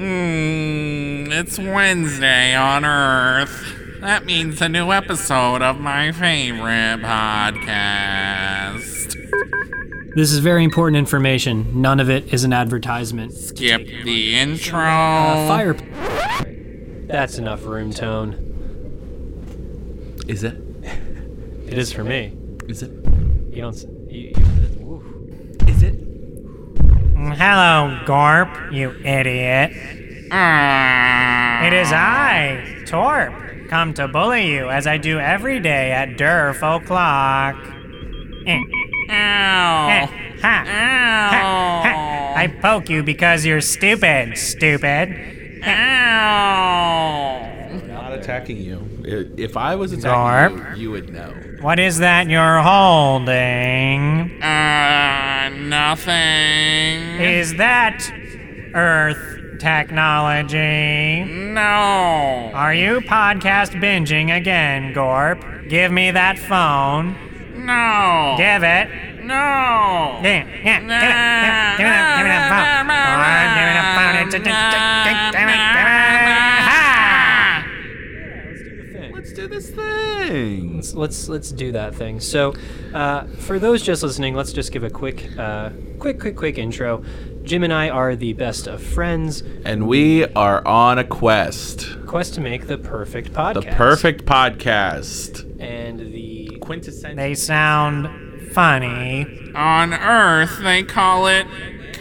Mm, it's Wednesday on Earth. That means a new episode of my favorite podcast. This is very important information. None of it is an advertisement. Skip the intro. Uh, fire. That's enough room tone. Is it? It is for me. Is it? You don't. s- You, Is it? Mm, Hello, Gorp, you idiot. Ah. It is I, Torp, come to bully you as I do every day at Durf O'Clock. Eh, eh, Ow. ha, ha, ha. I Ow. poke you because you're stupid, stupid. Ow. Not attacking you. I- If I was attacking Garp. you, you would know. What is that you're Mm. holding? Uh, nothing. Is that Earth technology? No. Are you podcast binging again, Gorp? Give me that phone. No. Give it. No. Give me that phone. Give me that phone. Let's do this thing. let's let's let's do that thing. So, uh, for those just listening, let's just give a quick, uh, quick, quick, quick intro. Jim and I are the best of friends. And we are on a quest. Quest to make the perfect The podcast. perfect podcast. and the Quintessential. They sound funny. On Earth, they call it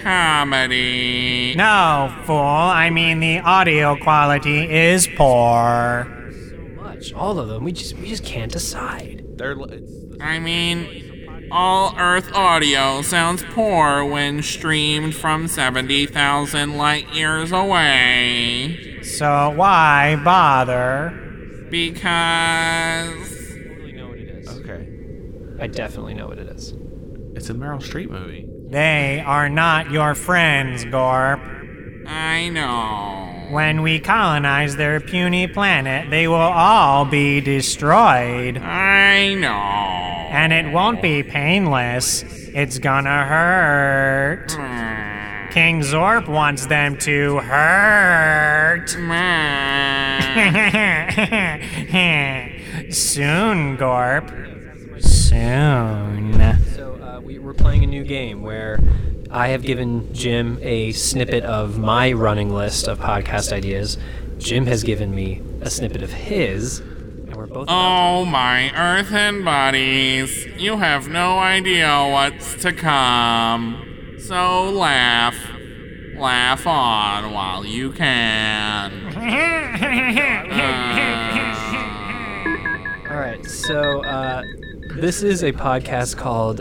comedy. No, fool. I mean, the audio quality is poor. much all of them. We just we just can't decide. They're, li- it's, I mean, all Earth audio sounds poor when streamed from 70,000 light years away. So why bother? Because. Totally know what it is. okay. I definitely know what it is. It's a Meryl Streep movie. They are not your friends, Gorp. I know. When we colonize their puny planet, they will all be destroyed. I know. And it won't be painless. It's gonna hurt. King Zorp wants them to hurt. Soon, Gorp. Soon. So uh, we, we're playing a new game where I have given Jim a snippet of my running list of podcast ideas. Jim has given me a snippet of his, and we're both. Oh my earthen bodies, you have no idea what's to come. So laugh. Laugh on while you can. All right, so uh, this is a podcast called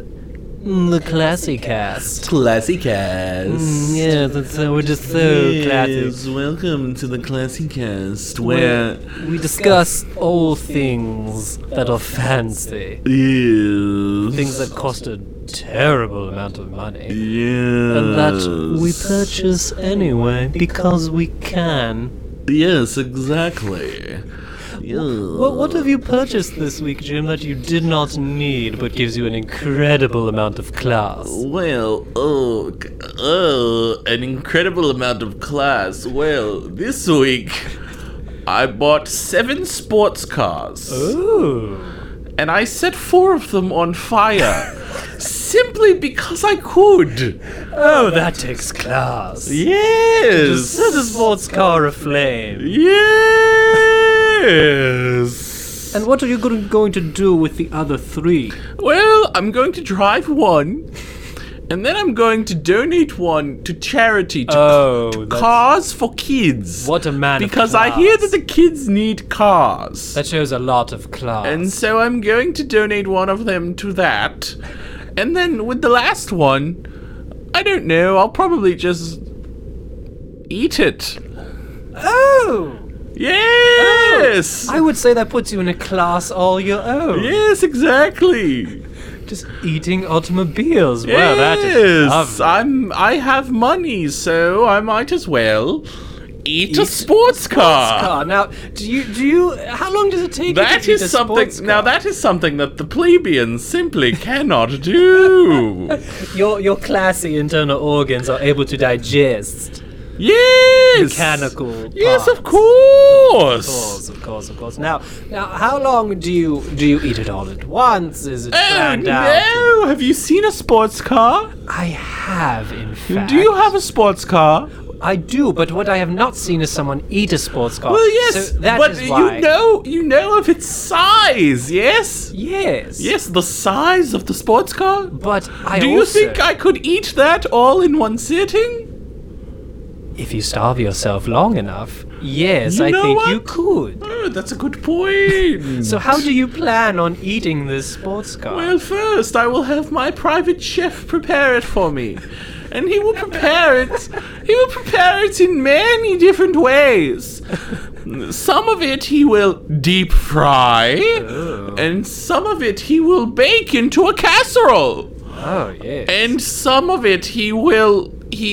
The Classy Cast. Classy Cast. Yeah, that's, uh, we're just so classy. welcome to the Classy Cast, where We discuss all things that are fancy, is things that cost a terrible amount of money, and yes, that we purchase anyway because we can. yes, exactly. What, what have you purchased this week, Jim, that you did not need but gives you an incredible amount of class? Well, oh, c- oh, an incredible amount of class. Well, this week I bought seven sports cars, Ooh. and I set four of them on fire simply because I could. Oh, that takes class. Yes, Set a sports car aflame. yes. And what are you go- going to do with the other three? Well, I'm going to drive one, and then I'm going to donate one to charity to Oh, cars for kids. What a man of Because I hear that class. the kids need cars. that shows a lot of class. and so I'm going to donate one of them to that. And then with the last one, I don't know, I'll probably just eat it. oh, Yes! I would say that puts you in a class all your own. Yes, exactly. Just eating automobiles. Wow, that is yes, lovely. I'm. I have money, so I might as well eat, a sports car. Car. Now, do you do you? How long does it take? you Ah. That to eat a is something. sports Now car? that is something that the plebeians simply cannot do. your your classy internal organs are able to digest. Yes. mechanical. Yes, parts. Of of course. course, of course, of course. Now, now, how long do you do you eat it all at once? Is it Oh planned out? no! Have you seen a sports car? I have, in fact. Do you have a sports car? I do, but what I have not seen is someone eat a sports car. Well, yes, so that but is why. you know, you know of its size, yes? Yes. Yes, the size of the sports car. But I Do you also- think I could eat that all in one sitting? if you starve yourself long enough, yes, You I know think what? you could. Oh, that's a good point. So how do you plan on eating this sports car? well, first I will have my private chef prepare it for me, and he will prepare it. He will prepare it in many different ways. Some of it he will deep fry, and some of it he will bake into a casserole. oh yes. and some of it he will he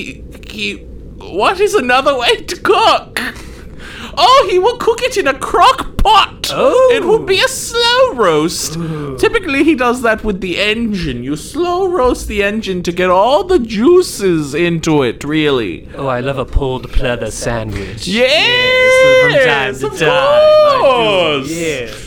he what is another way to cook oh he will cook it in a crock pot Oh. it will be a slow roast typically he does that with the engine you slow roast the engine to get all the juices into it really oh, I love a pulled pleather sandwich. yes, from time of to time. I do, course Yes.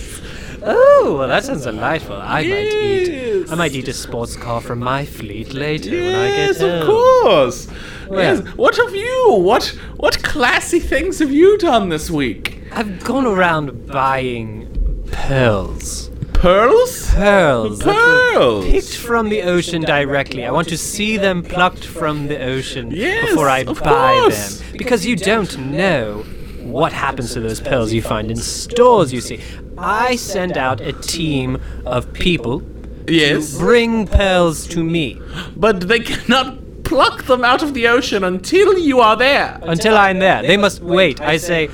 Oh, well, that sounds delightful. I might eat. Yes. I might eat a sports car from my fleet later when I get Yes, home. of course. Well. Yes. What have you? What what classy things have you done this week? I've gone around buying pearls. Pearls? Pearls. that were Pearls. Picked from the ocean directly. I want to see them plucked from the ocean Yes, before I of buy course. them. Because you don't know what happens to those pearls you find in stores, you see. I send out a team of people Yes. bring pearls to me But they cannot pluck them out of the ocean until you are there. until I'm there. They must wait. I say,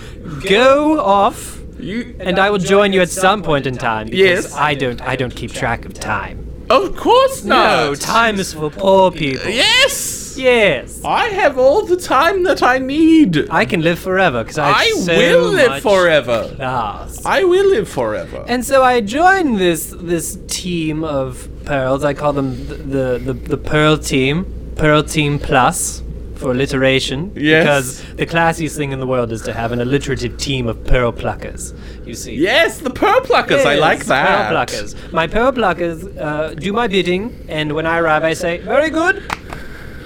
go off, You, and I will join you at some point in time. Because Yes. I don't. I don't keep track of time. of course not. No, time is for poor people. Yes. Yes. I have all the time that I need. I can live forever because I have I so will live much forever. class. I will live forever. And so I join this this team of pearls. I call them the the, the, the pearl team, pearl team plus for alliteration. Yes. Because the classiest thing in the world is to have an alliterative team of pearl pluckers. You see. Yes, the pearl pluckers. I like Yes, that. Pearl pluckers. My pearl pluckers uh, do my bidding, and when I arrive, I say, "Very good,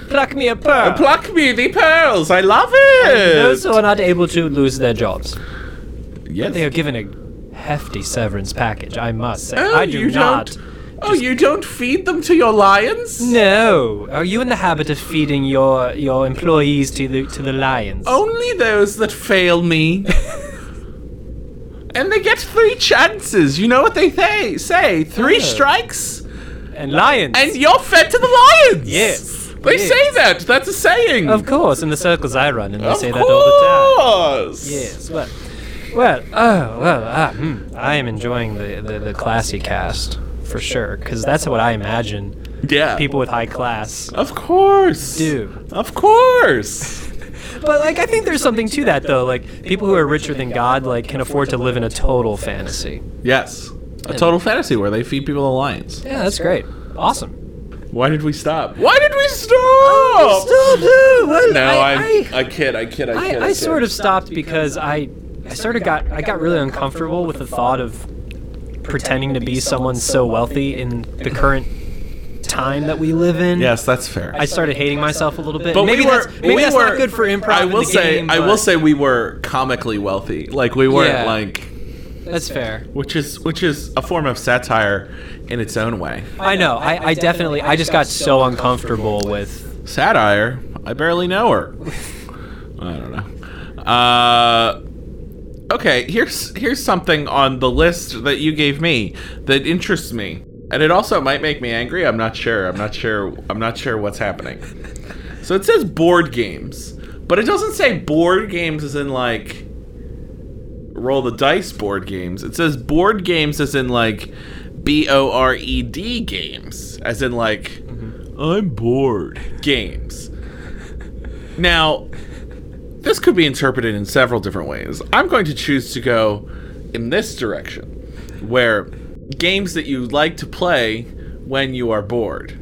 pluck me a pearl." Pluck me the pearls. I love it. Those who are not able to lose their jobs. yes. They are given a hefty severance package, I must say. Oh, I do you not. Don't, oh, you don't feed them to your lions? No. Are you in the habit of feeding your your employees to the to the lions? Only those that fail me. and they get three chances. You know what they say? Say three Oh. strikes, and lions. and you're fed to the lions. Yes, They yes. say that. That's a saying. of course, in the circles I run, and they Of say that all the time. course. Yes. Well. Well. Oh. Well. Ah. Hmm. I am enjoying the the, the classy cast for sure, because that's what I imagine Yeah. people with high class Of course. do. Of course. But like, I think there's something to that though. Like, people who are richer than God like can afford to live in a total fantasy. yes. A total fantasy where they feed people to lions. Yeah, that's great. Awesome. Why did we stop? Why did we stop? Still do. Well, No, Oh, I, I, I, I, kid, I kid, I kid. I, I kid. sort of stopped because I, I sort of got, I got really uncomfortable with the thought of pretending to be someone so wealthy in the current time that we live in. Yes, that's fair. I started hating myself a little bit. But maybe we were, that's, maybe we that's were, not good for improv. I in will the say, game, I will but say, we were comically wealthy. Like we weren't Yeah. like, that's fair. which is which is a form of satire in its own way. I know. I, I definitely, I just got so uncomfortable with. Satire. I barely know her. I don't know. Uh, okay, here's here's something on the list that you gave me that interests me, and it also might make me angry. I'm not sure. I'm not sure. I'm not sure what's happening. So it says board games, but it doesn't say board games as in like roll the dice board games. It says board games as in like B O R E D games, as in like I'm bored games. Now, this could be interpreted in several different ways. I'm going to choose to go in this direction, where games that you like to play when you are bored.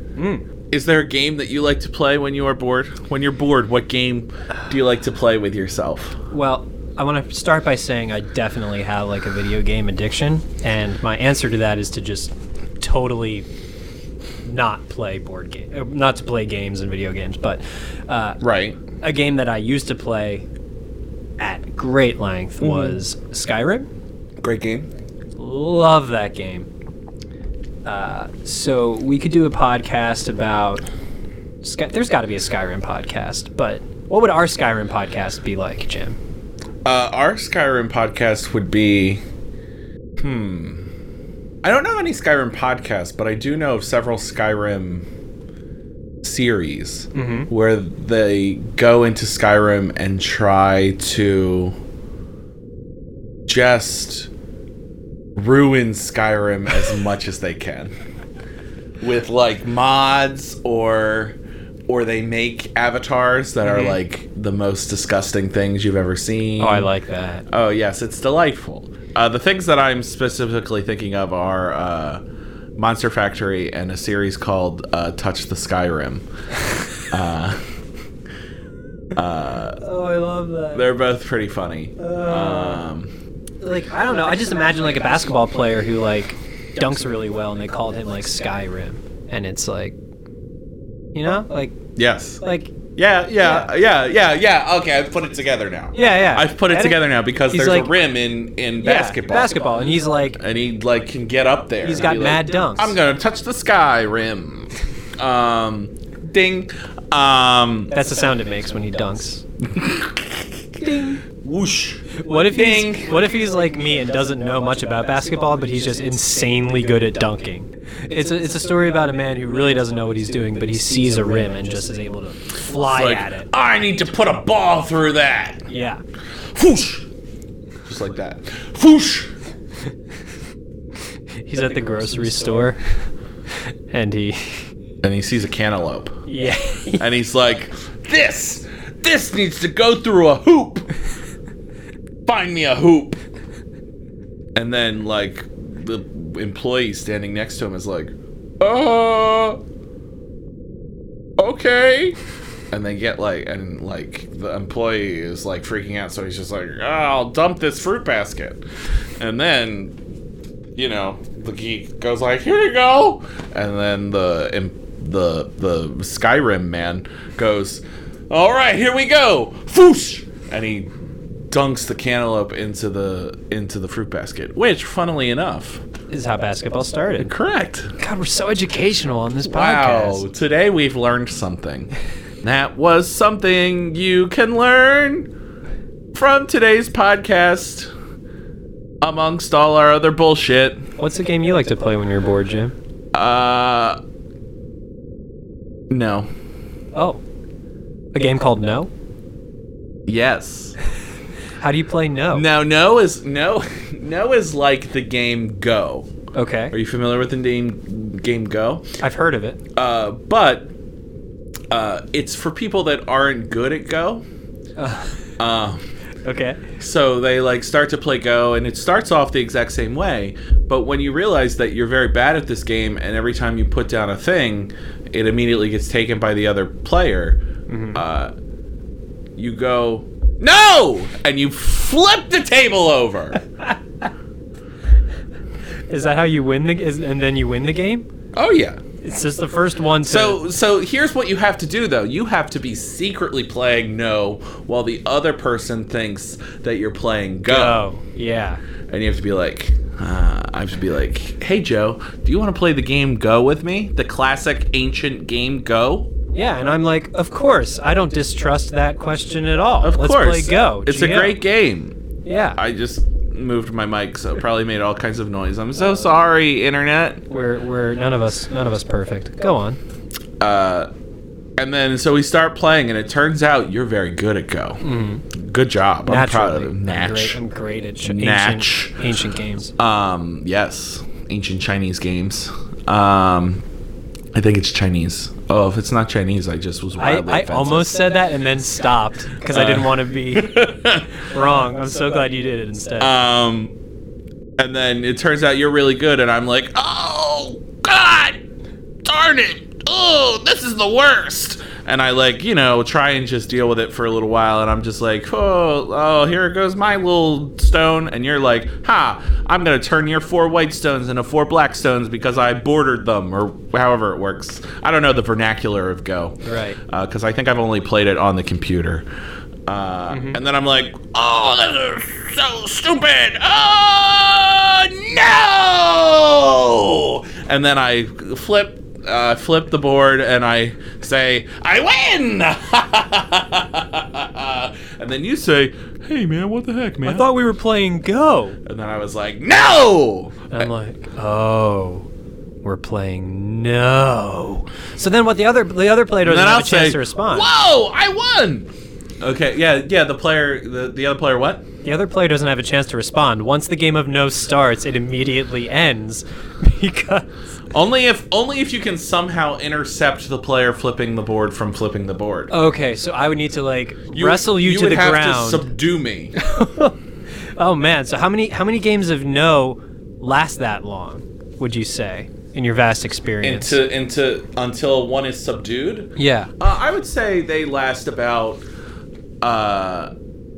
Is there a game that you like to play when you are bored? When you're bored, what game do you like to play with yourself? Well, I want to start by saying I definitely have like a video game addiction, and my answer to that is to just totally not play board game, not to play games and video games. But uh, Right. a game that I used to play at great length was Skyrim. Great game. Love that game. Uh, so we could do a podcast about. Sky- There's got to be a Skyrim podcast, but what would our Skyrim podcast be like, Jim? Uh, our Skyrim podcast would be. Hmm. I don't know any Skyrim podcasts, but I do know of several Skyrim series where they go into Skyrim and try to just ruin Skyrim as much as they can with like mods or or they make avatars that are like the most disgusting things you've ever seen. Oh, that. Oh yes, it's delightful. Uh, the things that I'm specifically thinking of are uh, Monster Factory and a series called uh, Touch the Skyrim. Oh, I love that. They're both pretty funny. Um, Like, I don't know. I just imagine like a basketball player who like dunks really well, and they called him like Skyrim, and it's like, you know, like, yes. like, Yeah, yeah, yeah, yeah, yeah. Okay, I've put it together now. yeah, yeah. I've put it And together now because he's there's like- a rim in in yeah, basketball. basketball, and he's like, and he like can get up there. He's and got be mad like, dunks. I'm gonna touch the sky rim. Um, ding. Um, that's the sound it makes when he dunks. whoosh. What if he's Ding. what if he's like me and doesn't know much about basketball, but he's just insanely good at dunking? It's a, it's a story about a man who really doesn't know what he's doing, but he sees a rim and just is able to fly Like at it. I need to put a ball through that. Yeah. Whoosh. Just like that. Whoosh. He's at the grocery store, and he And he sees a cantaloupe, yeah and he's like, "This, this needs to go through a hoop. Find me a hoop." And then like the employee standing next to him is like, "Uh, okay." And they get like, and like the employee is like freaking out, so he's just like, "Ah, "I'll dump this fruit basket," and then you know, the geek goes like, "Here you go," and then the im- the the Skyrim man goes, "All right, here we go!" Foosh, and he dunks the cantaloupe into the into the fruit basket, which, funnily enough, is how basketball started. correct. God, we're so educational on this Wow, podcast. today we've learned something. that was something you can learn from today's podcast, amongst all our other bullshit. What's the game you like to play when you're bored, Jim? Uh, no. Oh, a game called No. Yes. How do you play No? Now, no is no, no is like the game Go. Are Okay, you familiar with the name game Go? I've heard of it. Uh, but uh, it's for people that aren't good at Go. Uh, Okay, so they like start to play Go, and it starts off the exact same way. But when you realize that you're very bad at this game, and every time you put down a thing, it immediately gets taken by the other player. Uh, you go no, and you flip the table over. is that how you win the? Is, and then you win the game? oh yeah. It's just the first one. To, So so here's what you have to do though. You have to be secretly playing no while the other person thinks that you're playing go. oh yeah, And you have to be like uh, I have to be like, "Hey Joe, do you want to play the game Go with me? The classic ancient game Go?" yeah, and I'm like, of course, I don't distrust that question at all. Of Let's course. play Go. It's a GM. great game. Yeah, I just moved my mic so it probably made all kinds of noise. I'm so sorry, internet. we're we're none of us none of us perfect. Go on. uh, and then so we start playing, and it turns out you're very good at Go. Mm-hmm. Good job. I'm proud of you. Natch. I'm great, I'm great at ch- Natch. ancient, ancient games. Um, yes, ancient Chinese games. Um, I think it's Chinese. Oh, if it's not Chinese, I just was I, wildly I offensive. almost said that and then stopped because I didn't want to be wrong. I'm so glad you did it instead. Um, and then it turns out you're really good, and I'm like, oh God, darn it! oh, this is the worst. And I like, you know, try and just deal with it for a little while. And I'm just like, oh, oh, here goes my little stone. And you're like, ha, I'm going to turn your four white stones into four black stones because I bordered them or however it works. I don't know the vernacular of Go. Right. Because Uh, I think I've only played it on the computer. Uh, Mm-hmm. And then I'm like, oh, this is so stupid. Oh, no. And then I flip. Uh, flip the board and I say, I win! and then you say, Hey man, what the heck, man? I thought we were playing Go. and then I was like, No! I'm like, oh, we're playing no. So then, what the other the other player doesn't then have I'll a chance say, to respond. Whoa, I won! Okay, yeah, yeah, the player, the, the other player, what? The other player doesn't have a chance to respond. Once the game of no starts, it immediately ends because. Only if only if you can somehow intercept the player flipping the board from flipping the board. Okay, so I would need to like Uh, wrestle you, to would the have ground. to subdue me. oh man, so how many how many games of no last that long? Would you say in your vast experience? into into until one is subdued. yeah. Uh, I would say they last about. Uh,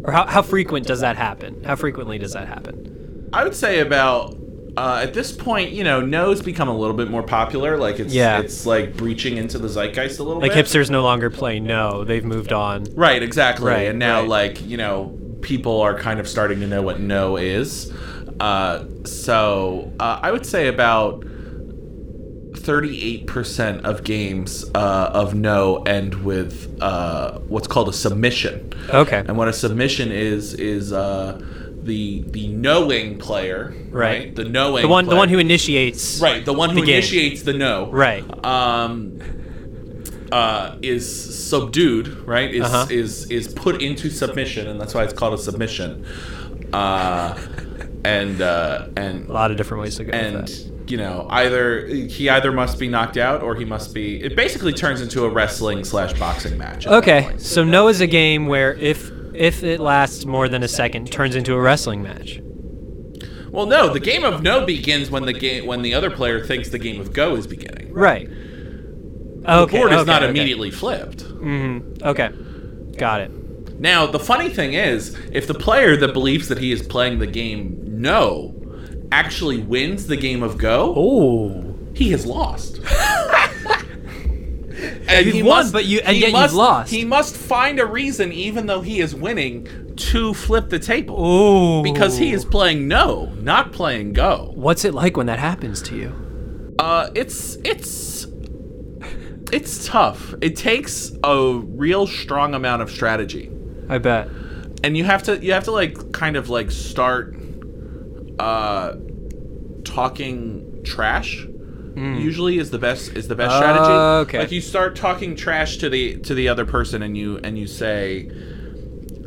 Or how, how frequent does that happen? How frequently does that happen? I would say about. Uh, at this point, you know, no's become a little bit more popular. Like it's Yeah. it's like breaching into the zeitgeist a little Like bit. hipsters no longer play no; they've moved on. Right, exactly. Right, and now, right. like, you know, people are kind of starting to know what no is. Uh, so uh, I would say about 38% of games uh, of no end with uh, what's called a submission. Okay. And what a submission is, is. Uh, the, the knowing player, Right. The knowing The one, the player- one who initiates. right, the one who the game. initiates the no, Right. um, uh, is subdued, right? Is Uh-huh. is is put into submission, and that's why it's called a submission. Uh, and uh, and A lot of different ways to go. with that. and you know, either he either must be knocked out or he must be. It basically turns into a wrestling slash boxing match. at that Okay, point. so no is a game where if if it lasts more than a second, turns into a wrestling match. Well, no, the game of no begins when the game when the other player thinks the game of go is beginning. Right. Okay. The board is okay, not okay. immediately flipped. Okay. Got it. Now, the funny thing is, if the player that believes that he is playing the game no actually wins the game of go, Oh. he has lost. and You've won, but you- and he yet you've must- lost. He must find a reason, even though he is winning, to flip the table. Oh. Because he is playing no, not playing go. What's it like when that happens to you? Uh, it's it's it's tough. It takes a real strong amount of strategy. I bet. and you have to you have to like kind of like start uh talking trash usually is the best is the best strategy Hmm. Uh, Okay. like you start talking trash to the to the other person and you and you say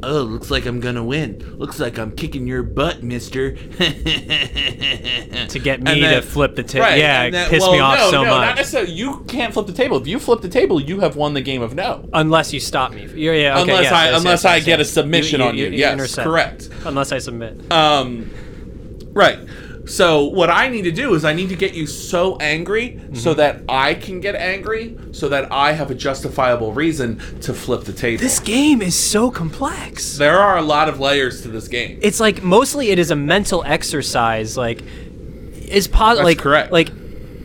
oh looks like i'm gonna win looks like i'm kicking your butt mister To get And me then- to flip the table. Right, yeah, and it that- pissed me well, off no, so no, Not much. necessarily. You can't flip the table. If you flip the table, you have won the game of no. Unless you stop me. Yeah, yeah. Okay, unless yes, I yes, unless yes, I yes, get a yes. submission on you. yes, intercept. correct. Unless I submit. Um, right. So what I need to do is I need to get you so angry Mm-hmm. so that I can get angry, so that I have a justifiable reason to flip the table. This game is so complex. there are a lot of layers to this game. it's like mostly it is a mental exercise like is pos- like correct. like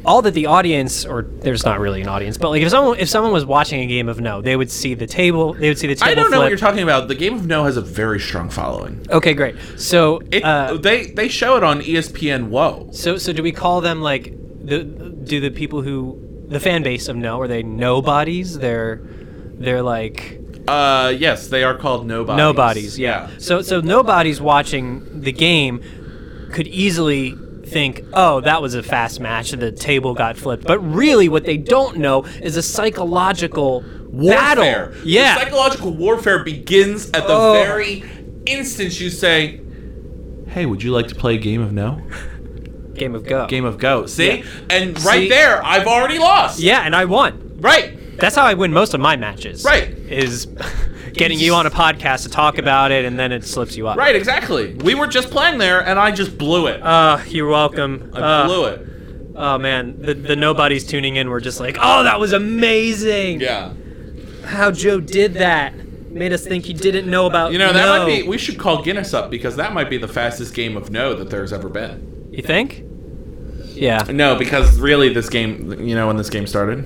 all that the audience or there's not really an audience but like if someone if someone was watching a game of no they would see the table they would see the table I don't know what flip. you're talking about. The game of no has a very strong following. okay great so It, uh, they they show it on E ESPN. Whoa. so so do we call them like the do the people who the fan base of no are they nobodies they're they're like Uh, yes, they are called nobodies. nobodies yeah. so so nobodies watching the game could easily think oh that was a fast match the table got flipped but really what they don't know is a psychological warfare. battle The yeah psychological warfare begins at the Oh. very instant you say, "Hey, would you like to play a game of no?" game of go Game of Go. See? Yeah. And right See? there, I've already lost. yeah and i won Right. that's how i win most of my matches Right. is getting you on a podcast to talk about it and then it slips you up Right, exactly. We were just playing there and I just blew it. uh you're Ah, welcome I Uh, blew it. Oh man, the, the nobodies tuning in were just like, oh, that was amazing. Yeah. How Joe did that made us think he didn't know about. You know, that no. might be. We should call Guinness up because that might be the fastest game of no that there's ever been. You think? Yeah. No, because really, this game. You know, when this game started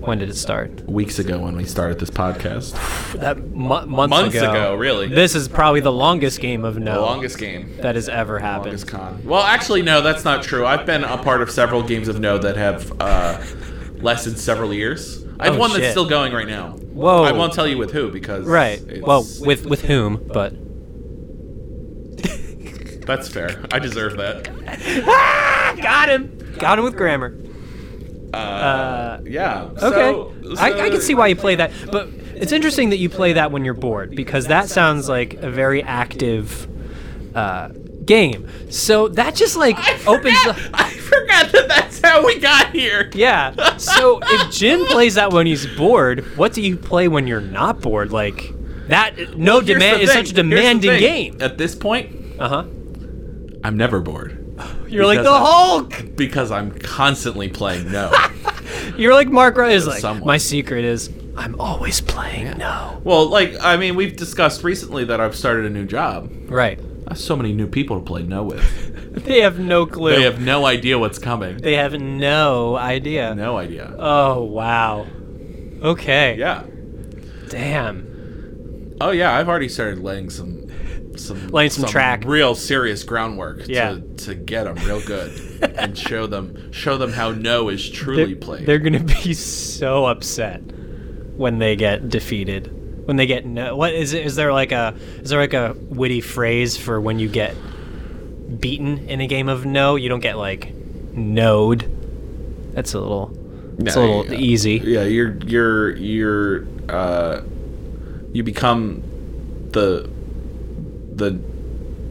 When did it start? weeks ago, when we started this podcast, That mu- months, months ago. ago, really, This is probably the longest game of no the longest game. that has ever happened. Longest con. Well, actually, no, that's not true. I've been a part of several games of no that have uh, lasted several years. I have Oh, one shit. that's still going right now. Whoa. I won't tell you with who because Right. it's- Well, with with whom? But that's fair. I deserve that. got him. Got him with grammar. Uh, Uh, yeah. Okay. So, I, I so- can see why you play that, but it's interesting that you play that when you're bored because that sounds like a very active uh, game. So that just like opens. The, I forgot that that's how we got here. yeah. So if Jim plays that when he's bored, what do you play when you're not bored? Like that. No Here's demand the is thing. such a Here's the demanding thing. game. At this point, Uh huh. I'm never bored You're like Because the I- Hulk. because I'm constantly playing no. You're like Mark Rudd is like Somewhat. my secret is I'm always playing no. well, like I mean, we've discussed recently that I've started a new job. Right. I have so many new people to play no with. They have no clue. They have no idea what's coming. They have no idea. No idea. Oh wow. Okay. Uh, Yeah. Damn. Oh yeah, I've already started laying some some Laying some track. real serious groundwork Yeah. to to get them real good and show them show them how no is truly played. They're gonna be so upset when they get defeated. When they get no, what is it? Is there like a is there like a witty phrase for when you get beaten in a game of no? You don't get like node. That's a little. That's a Yeah, little yeah. easy. Yeah, you're you're you're uh, you become the the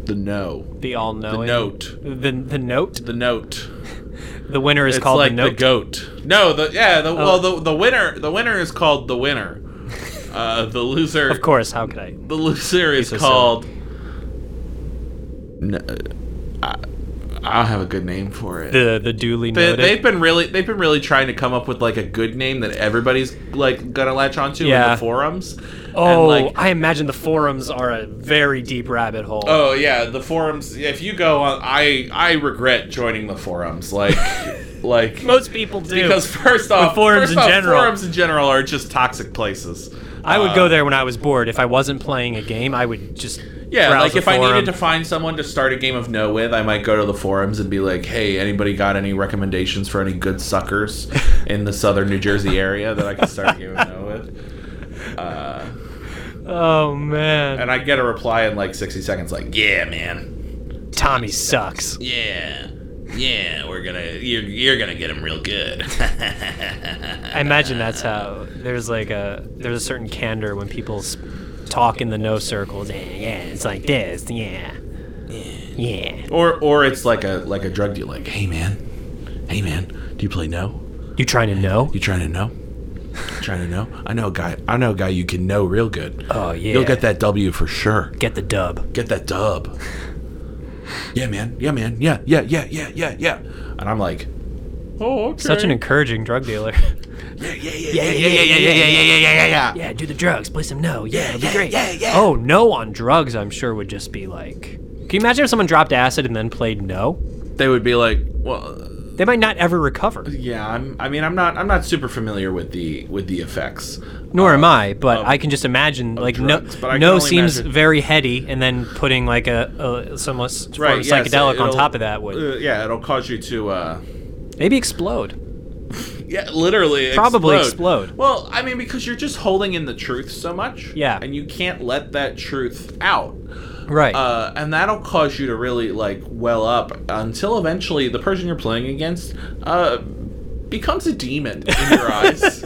the no The all the knowing. note The the note. the note. The winner is It's called the like the, note. Oh. goat. No, the yeah the well the the winner the winner is called the winner. Uh, the loser of course. How could I? the loser is so silly. called. No, I, uh, I don't have a good name for it. The the duly They, noted. they've been really they've been really trying to come up with like a good name that everybody's like gonna latch onto in Yeah. the forums. Oh, and, like, I imagine the forums are a very deep rabbit hole. oh yeah, the forums. If you go on, I I regret joining the forums. Like like Most people do. because first off, forums first in off, general. forums in general are just toxic places. I would uh, go there when I was bored. If I wasn't playing a game, I would just Yeah, browse like a if I forum. needed to find someone to start a game of no with, I might go to the forums and be like, "Hey, anybody got any recommendations for any good suckers in the southern New Jersey area that I could start a game of no with?" Uh, Oh man, and I get a reply in like 60 seconds, like, "Yeah, man, Tommy sucks. yeah, yeah, we're gonna, you're, you're gonna get him real good." I imagine that's how there's like a there's a certain candor when people s- talk in the no circles. Eh, Yeah, it's like this. Yeah, yeah. or, or it's like a like a drug deal, like, "Hey, man, hey, man, do you play no?" You trying to know? You trying to know? trying to know? I know a guy. I know a guy you can know real good. Oh yeah. You'll get that W for sure. Get the dub. Get that dub. yeah, man. Yeah, man. Yeah, yeah, yeah, yeah, yeah, yeah. And I'm like, oh, okay. Such an encouraging drug dealer. yeah, yeah, yeah, yeah, yeah, yeah, yeah, yeah, yeah, yeah, yeah, yeah. Yeah, do the drugs, play some no. Yeah, it'll be yeah, great. yeah, yeah. Oh, no on drugs, I'm sure would just be like. Can you imagine if someone dropped acid and then played no? They would be like, well, They might not ever recover. yeah. I'm. I mean, I'm not. I'm not super familiar with the with the effects. Nor am I, but of- I can just imagine like Oh. drugs, but I no. can No only seems imagine- very heady, and then putting like a, a somewhat s- form of yeah, so psychedelic on it'll- top of that would Uh, yeah, it'll cause you to. uh maybe explode. Yeah, literally. Probably explode. Well, I mean, because you're just holding in the truth so much. Yeah. And you can't let that truth out. Right. Uh, and that'll cause you to really, like, well up until eventually the person you're playing against uh, becomes a demon in your eyes.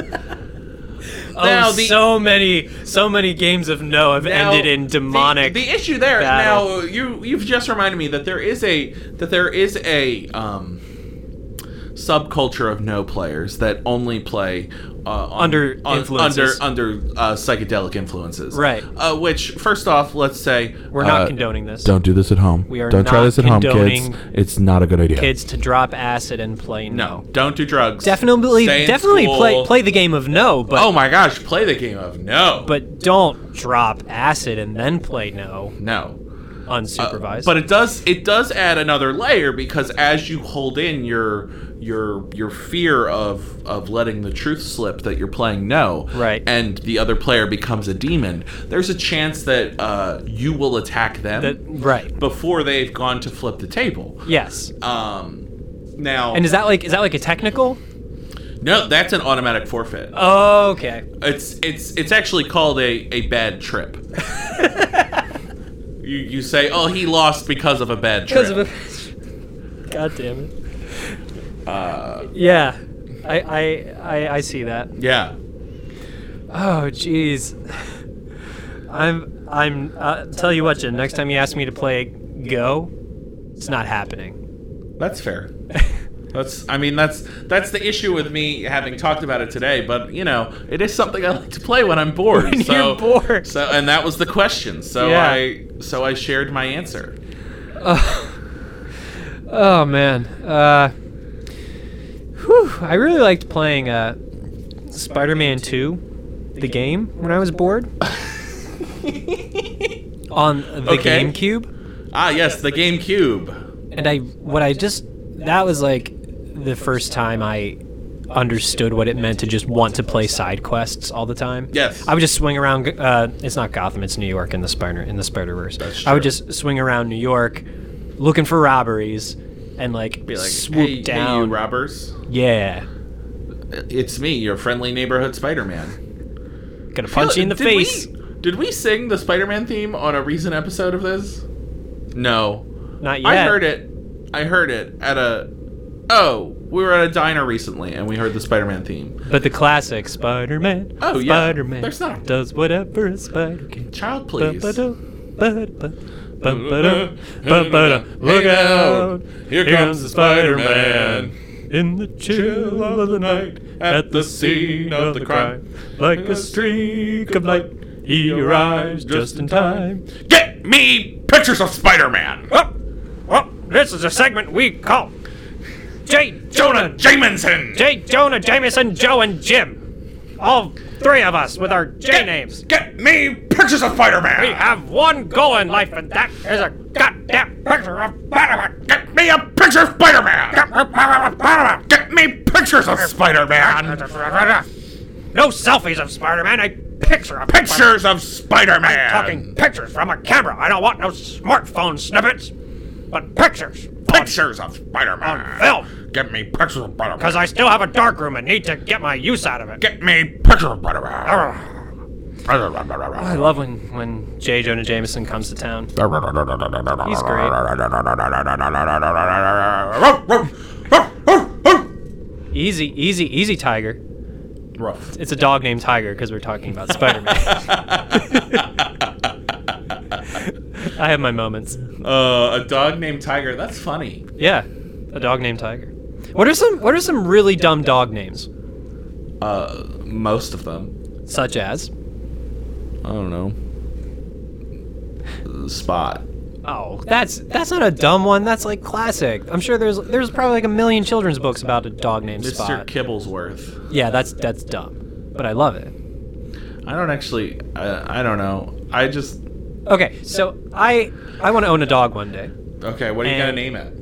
oh, now the- so many, so many games of no have Now, ended in demonic. The, the issue there battle. now you you've just reminded me that there is a that there is a um, subculture of no players that only play on- Under on- influences. under under uh, psychedelic influences, Right. Uh, which, first off, let's say We're not uh, condoning this. Don't do this at home. We are Don't try not this at home, kids. condoning It's not a good idea. Kids to drop acid and play No, don't do drugs. Definitely, Stay in definitely play school. play the game of no, but oh my gosh, play the game of no, but don't drop acid and then play no no. unsupervised. Uh, But it does it does add another layer because as you hold in your your your fear of of letting the truth slip that you're playing no Right. and the other player becomes a demon, there's a chance that uh, you will attack them That- right. before they've gone to flip the table. Yes. Um, now And is that like is that like a technical? no, that's an automatic forfeit. Oh. Okay. It's it's it's actually called a, a bad trip. you you say, oh, he lost because of a bad trip. Because of a. God damn it. Uh, yeah, I, I I I see that. yeah. Oh jeez. I'm I'm. Uh, tell you what, Jim. Next time you ask me to play Go, it's not happening. That's fair. That's I mean that's that's the issue with me having talked about it today, but you know, it is something I like to play when I'm bored. When you're so bored. So and that was the question. So Yeah. I so I shared my answer. Oh man. Uh, whew, I really liked playing uh, Spider-Man 2, the game, when I was bored. on the Okay. GameCube, Ah yes, the GameCube. and I what I just that was like the first time I understood what it meant to just want to play side quests all the time. Yes. I would just swing around. Uh, it's not Gotham; it's New York in the Spider in the Spider Verse. I would just swing around New York, looking for robberies, and like, Be like swoop "Hey- hey, down. you robbers. Yeah. It's me, your friendly neighborhood Spider-Man. Gonna punch you in the Did face. We, did we sing the Spider-Man theme on a recent episode of this? No. Not yet. I heard it. I heard it at a. Oh, we were at a diner recently, and we heard the Spider-Man theme. But the classic Spider Man. Oh, yeah. Spider Man. There's not- Does whatever a spider can. Child, please. Ba-ba-da, ba-da-ba, ba-ba-da, ba-ba-da. Look Hey, out! Here comes the Spider-Man. In the chill of the night, at the scene of the crime, like a streak of light, he arrives just in time. Get me pictures of Spider-Man. Well, well, this is a segment we call J. Jonah, Jamison. J. Jonah, Jameson, Joe, and Jim. All three of us with our J names. Get me pictures of We Spider-Man. have one goal in life, and that is a goddamn picture of Spider-Man. Get me a picture of Spider-Man. Get me pictures of Spider-Man. No selfies of Spider-Man. A picture of Pictures of Spider-Man. Talking pictures from a camera. I don't want no smartphone snippets, but pictures. pictures of Spider-Man. On film. Get me pictures of Spider-Man. Because I still have a dark room and need to get my use out of it. Get me pictures of Spider-Man. Arrgh. I love when, when J. Jonah Jameson comes to town. He's great. Easy, easy, easy, Tiger. Rough. It's a dog named Tiger because we're talking about Spider Man. I have my moments. Uh, a dog named Tiger. That's funny. Yeah, a dog named Tiger. What are some What are some really dumb dog names? Uh, most of them. Such as I don't know. Spot. oh, that's that's not a dumb one. That's like classic. I'm sure there's there's probably like a million children's books about a dog named Mr. Spot. Kibblesworth. yeah, that's that's dumb, but I love it. I don't actually. I, I don't know. I just. Okay, so I I want to own a dog one day. Okay, what are you And- gonna name it?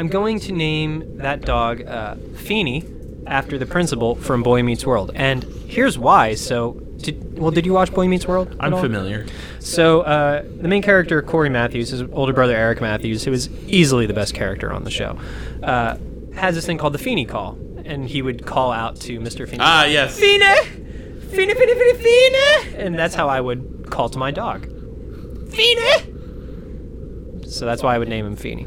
I'm going to name that dog uh, Feeny after the principal from Boy Meets World. And here's why. So, did, well, did you watch Boy Meets World? at all? familiar. So, uh, the main character, Corey Matthews, his older brother, Eric Matthews, who is easily the best character on the show, uh, has this thing called the Feeny Call. And he would call out to Mr. Feeny. Ah, yes. Feeny! Feeny, Feeny, Feeny, Feeny! And that's how I would call to my dog. Feeny! So that's why I would name him Feeny.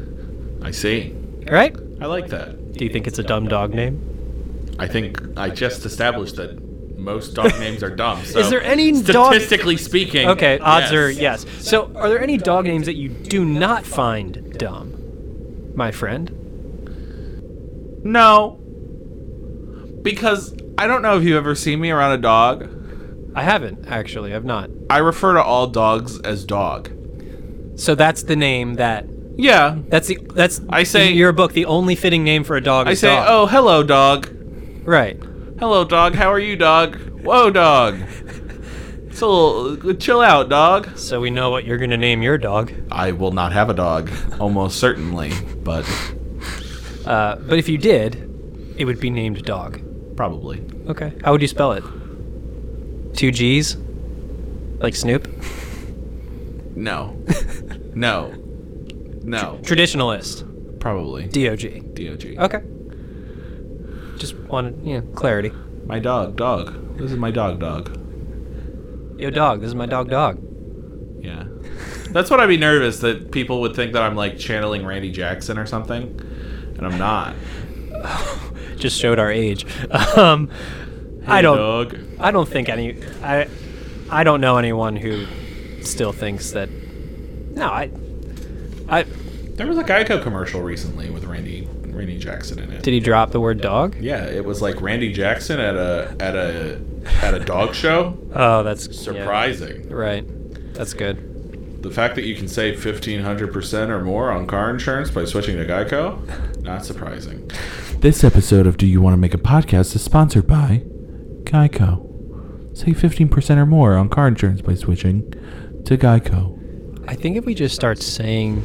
I see. All right? I like that. Do you think it's a dumb dog name? I think I just established that most dog names are dumb. So Is there any dog- statistically speaking? Okay, odds are yes. yes. So, are there any dog names that you do not find dumb, my friend? No. Because I don't know if you've ever seen me around a dog. I haven't actually. I've not. I refer to all dogs as dog. So that's the name that Yeah. that's the that's I say- in your book the only fitting name for a dog. I is say, dog. "Oh, hello dog. right. Hello dog. How are you, dog? Whoa, dog." It's a little uh, chill out, dog. So we know what you're gonna name your dog. I will not have a dog, almost certainly, but Uh, but if you did, it would be named dog. probably. Okay. How would you spell it? Two G's, like Snoop. No. No. No. Traditionalist. Probably. D O G. DOG. Okay. Just wanted, you know, clarity. My dog, dog. This is my dog, dog. Yo, dog. This is my dog. Dog. Yeah. That's what I'd be nervous that people would think that I'm like channeling Randy Jackson or something, and I'm not. Just showed our age. Um, I Hey, don't. Dog. I don't think any. I. I don't know anyone who still thinks that. No, I. I There was a Geico commercial recently with Randy Randy Jackson in it. did he drop the word dog? yeah, it was like Randy Jackson at a at a at a dog show. Oh, that's yeah. Surprising. right. That's good. The fact that you can save fifteen hundred percent or more on car insurance by switching to Geico, not surprising. This episode of Do You Want to Make a Podcast is sponsored by Geico. Save 15% or more on car insurance by switching to Geico. I think if we just start saying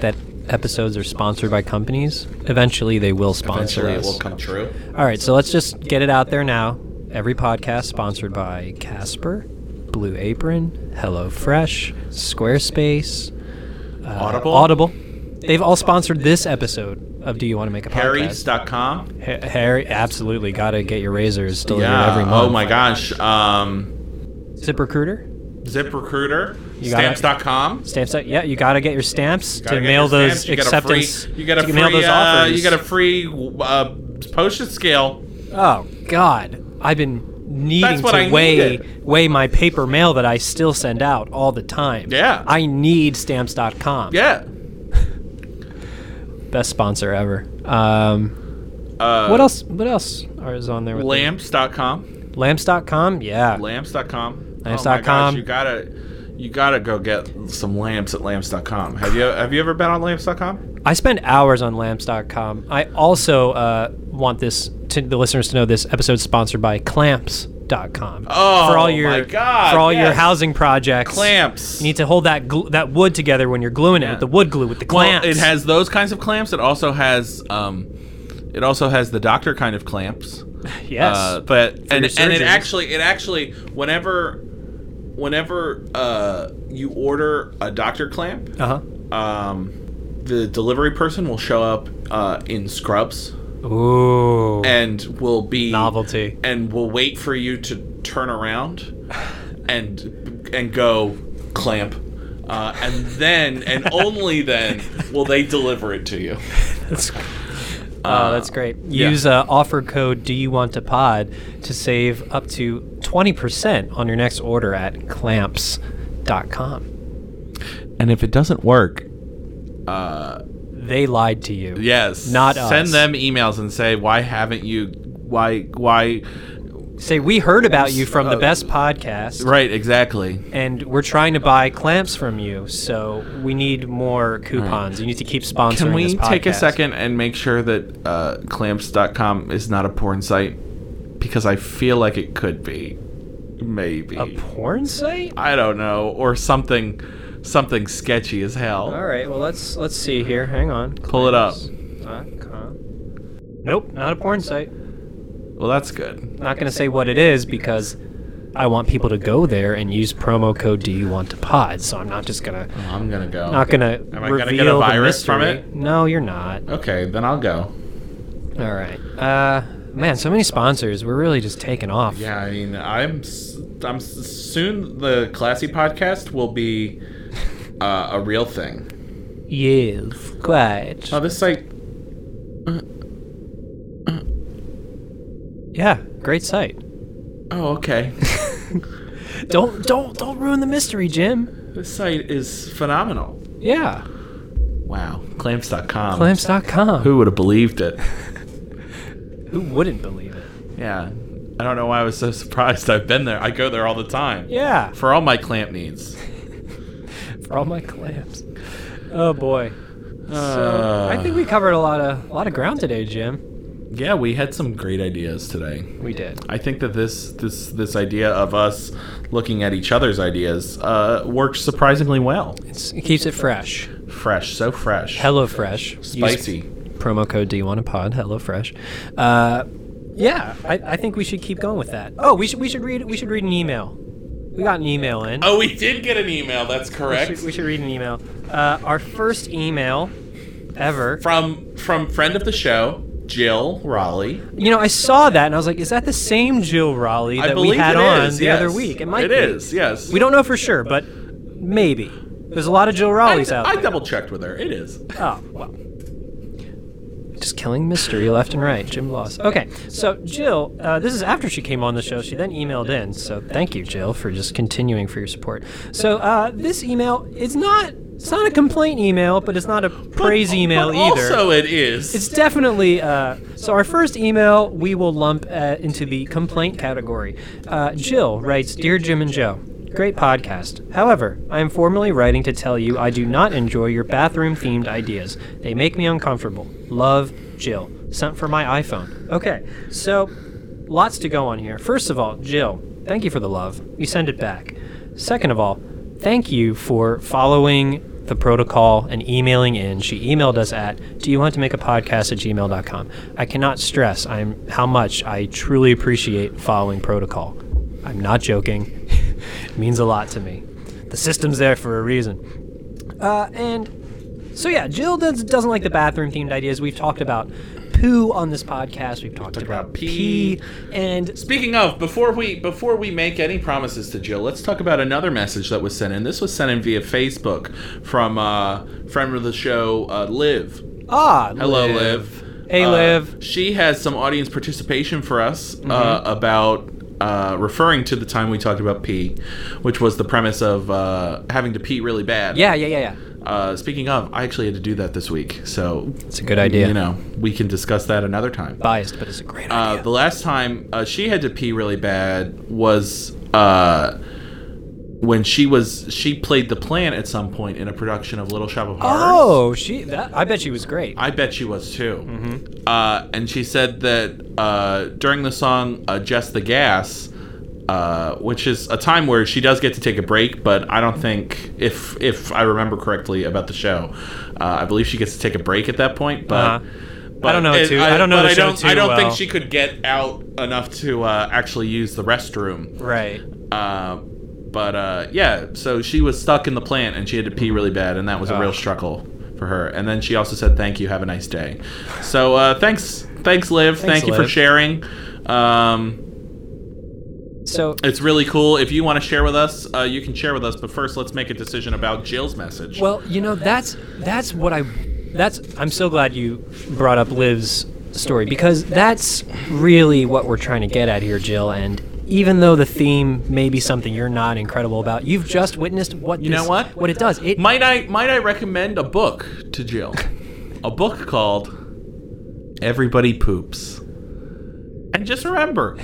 that episodes are sponsored by companies, eventually they will sponsor Eventually, us. it will come true. All right, so let's just get it out there now. Every podcast sponsored by Casper, Blue Apron, HelloFresh, Squarespace, uh, Audible? Audible. They've all sponsored this episode of Do You Want to Make a Podcast? Harry's.com. Ha- Harry, absolutely. Got to get your razors delivered Yeah. every month. oh my gosh. Um, ZipRecruiter? ZipRecruiter, got it. stamps.com. Stamps? Yeah, you got to get your stamps Gotta to get mail your those stamps. you acceptance. Get a free, you get a to free. mail those uh, offers. you get a free uh, postage scale. Oh God, I've been needing That's what to I weigh needed. weigh my paper mail that I still send out all the time. Yeah. I need stamps.com. Yeah. best sponsor ever. Um, Uh, what else? What else are- is on there? With them? Lamps.com. Lamps.com. Yeah, Lamps.com. Oh my gosh, Lamps.com. you gotta, you gotta go get some lamps at lamps.com. Have you have you ever been on lamps.com? I spend hours on lamps.com. I also uh, want this to the listeners to know this episode's sponsored by clamps.com. Oh, for all your my God, for all your yes. housing projects. Clamps. You need to hold that glu that wood together when you're gluing it with the wood glue with the clamps. Well, it has those kinds of clamps. It also has um, it also has the doctor kind of clamps. yes. Uh, but and, and it surgery. actually it actually whenever whenever uh, you order a doctor clamp, uh um, the delivery person will show up uh, in scrubs huh. Ooh. and will be Novelty. and will wait for you to turn around and and go clamp. Uh, and then, and only then, will they deliver it to you. That's, oh, that's great. Use uh, offer code Do You Want to Pod to save up to 20% on your next order at clamps.com. And if it doesn't work, They lied to you. Yes, Not send us. them emails and say why haven't you? Why? Why? Say, we heard about you from the Uh, best podcast, Right, exactly. and we're trying to buy clamps from you, so we need more coupons. You need to keep sponsoring Can we this take a podcast. second and make sure that uh, clamps.com is not a porn site? Because I feel like it could be. Maybe. A porn site? I don't know. Or something something sketchy as hell. All right. Well, let's let's see here. Hang on. Pull it up. Clamps.com. Nope, not a porn site. Well, that's good. not going to say what it is because I want people to go there and use promo code Do You Want to Pod. So I'm not just gonna I'm going to go. not gonna Am I reveal gonna get a the virus from mystery. it? No, you're not. Okay, then I'll go. All right. Uh, man, so many sponsors. We're really just taking off. Yeah, I mean, I'm s- I'm s- soon the classy podcast will be uh, a real thing. Yes, quite. Oh, this site Yeah, great site. Oh, okay. Don't don't don't ruin the mystery, Jim. this site is phenomenal. Yeah, Wow. Clamps.com. clamps.com. Who would have believed it? Who wouldn't believe it? Yeah. I don't know why I was so surprised. I've been there. I go there all the time. Yeah, For all my clamp needs. for all my clams. Oh boy. Uh, I think we covered a lot of a lot of ground today, Jim. yeah, we had some great ideas today. We did. I think that this this this idea of us looking at each other's ideas uh, works surprisingly well. It's, it keeps it fresh. Fresh, so fresh, Hello Fresh. spicy. promo code D1APOD, HelloFresh. Uh, yeah, I, I think we should keep going with that. Oh, we should we should read we should read an email. We got an email in. Oh, we did get an email. That's we correct. should, we should read an email. Uh, our first email ever. from from friend of the show, Jill Raleigh. You know, I saw that and I was like, is that the same Jill Raleigh I that believe we had it on is, the yes. other week? It might It be. is, yes. We don't know for sure, but maybe. There's a lot of Jill I, Raleighs out I there. double checked with her. It is. Oh, well. Just killing mystery left and right. Jim Loss. Okay, so Jill, uh, this is after she came on the show. She then emailed in. So thank you, Jill, for just continuing for your support. So uh, this email is not. It's not a complaint email, but it's not a praise email But either. Also, it is. It's definitely uh, so. Our first email we will lump uh, into the complaint category. Uh, Jill writes, "Dear Jim and Joe." Great podcast. However, I am formally writing to tell you I do not enjoy your bathroom themed ideas. They make me uncomfortable. Love, Jill. Sent for my iPhone. Okay, so lots to go on here. First of all, Jill, thank you for the love. You send it back. Second of all, thank you for following the protocol and emailing in. She emailed us at do you want to make a podcast at gmail.com. I cannot stress I'm how much I truly appreciate following protocol. I'm not joking. it means a lot to me. The system's there for a reason. Uh, and so yeah, Jill does, doesn't like the bathroom themed ideas. We've talked about poo on this podcast. We've talked about, about pee. pee and Speaking of, before we before we make any promises to Jill, let's talk about another message that was sent in. This was sent in via Facebook from uh, friend of the show, uh, Liv. ah, Hello, Liv. Hey, Uh, Liv. Mm-hmm. She has some audience participation for us uh, about uh, referring to the time we talked about pee, which was the premise of uh, having to pee really bad. Yeah, yeah, yeah, yeah. Uh, speaking of, I actually had to do that this week, so It's a good idea. you know we can discuss that another time. biased, but it's a great Uh, idea. The last time uh, she had to pee really bad was uh, when she was she played the plant at some point in a production of Little Shop of Horrors. oh, she. That, I bet she was great. I bet she was too. Uh, and she said that uh, during the song uh, "Just the Gas," uh, which is a time where she does get to take a break, but I don't think, if if I remember correctly about the show, uh, I believe she gets to take a break at that point. But, Uh-huh. but I don't know it- too- I don't know but the I show don't, I too don't think well. she could get out enough to uh, actually use the restroom. right. Uh, but uh, yeah, so she was stuck in the plant and she had to pee really bad, and that was a real struggle for her. And then she also said, "Thank you, have a nice day." So uh, thanks, thanks, Liv. Thank you for Liv. sharing. Um, So it's really cool. If you want to share with us, uh, you can share with us. But first, let's make a decision about Jill's message. Well, you know, that's that's what I that's I'm so glad you brought up Liv's story because that's really what we're trying to get at here, Jill, and even though the theme may be something you're not incredible about, you've just witnessed what You know this- what? what it does. It might I might I recommend a book to Jill? a book called Everybody Poops. And just remember,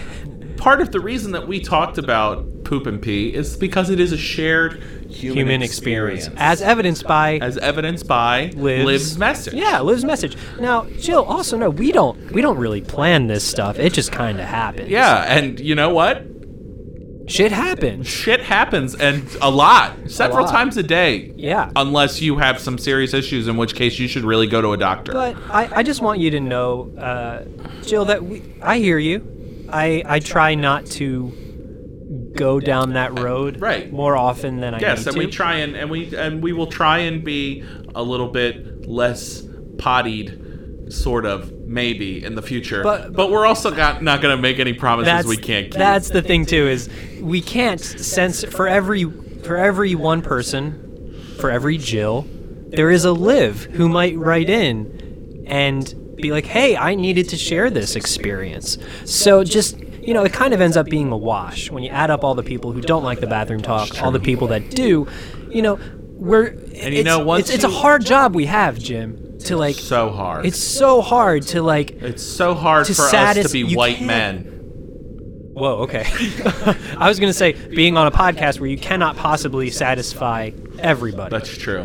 part of the reason that we talked about poop and pee is because it is a shared human, human experience, as evidenced by as evidenced by Liv's, Liv's- message. Yeah, Liv's message. Now, Jill, also no, we don't we don't really plan this stuff. It just kind of happens. Yeah, and you know what? shit happens. Shit happens, and a lot, several lot. times a day. Yeah. Unless you have some serious issues, in which case you should really go to a doctor. But I, I just want you to know, uh, Jill, that we, I hear you. I I try not to go down that road Right. more often than I Yes, need and to. we try and, and we and we will try and be a little bit less pottied, sort of maybe in the future. But But- but we're also got, not going to make any promises that's we can't keep. that's the thing too is we can't censor for every for every one person, for every Jill, there is a Liv who might write in and be like, "Hey, I needed to share this experience." So just you know, it kind of ends up being a wash when you add up all the people who don't like the bathroom talk, all the people that do. You know, we're and you know, once it's, it's a you- hard job we have, Jim, to like. so hard. it's so hard to like it's so hard to for us satis- to be you white can't- men. Whoa, okay. I was going to say being on a podcast where you cannot possibly satisfy everybody. That's true.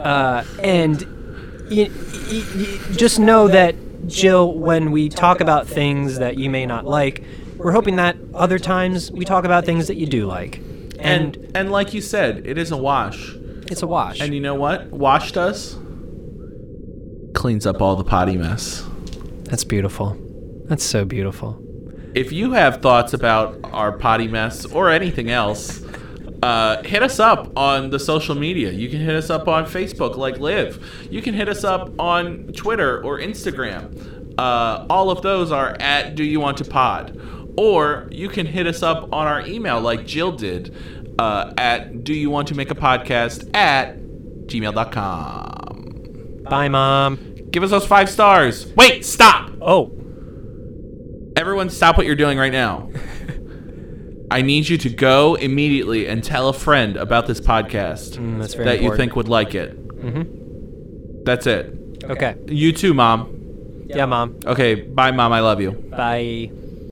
Uh, and y y y just know that, Jill, when we talk about things that you may not like, we're hoping that other times we talk about things that you do like. And, And and like you said, it is a wash. it's a wash. And you know what? Wash does cleans up all the potty mess. That's beautiful. That's so beautiful. If you have thoughts about our potty mess or anything else, uh, hit us up on the social media. You can hit us up on Facebook, like Live. You can hit us up on Twitter or Instagram. Uh, all of those are at Do You Want to Pod. Or you can hit us up on our email, like Jill did, uh, at Do You Want to Make a Podcast at gmail.com. Bye, Mom. Give us those five stars. Wait, stop! Oh, Everyone, stop what you're doing right now. I need you to go immediately and tell a friend about this podcast Mm, that's very that important. you Mm-hmm. think would like it. That's it. okay. You too, Mom. Yeah, Mom. Okay, bye, Mom. I love you. Bye.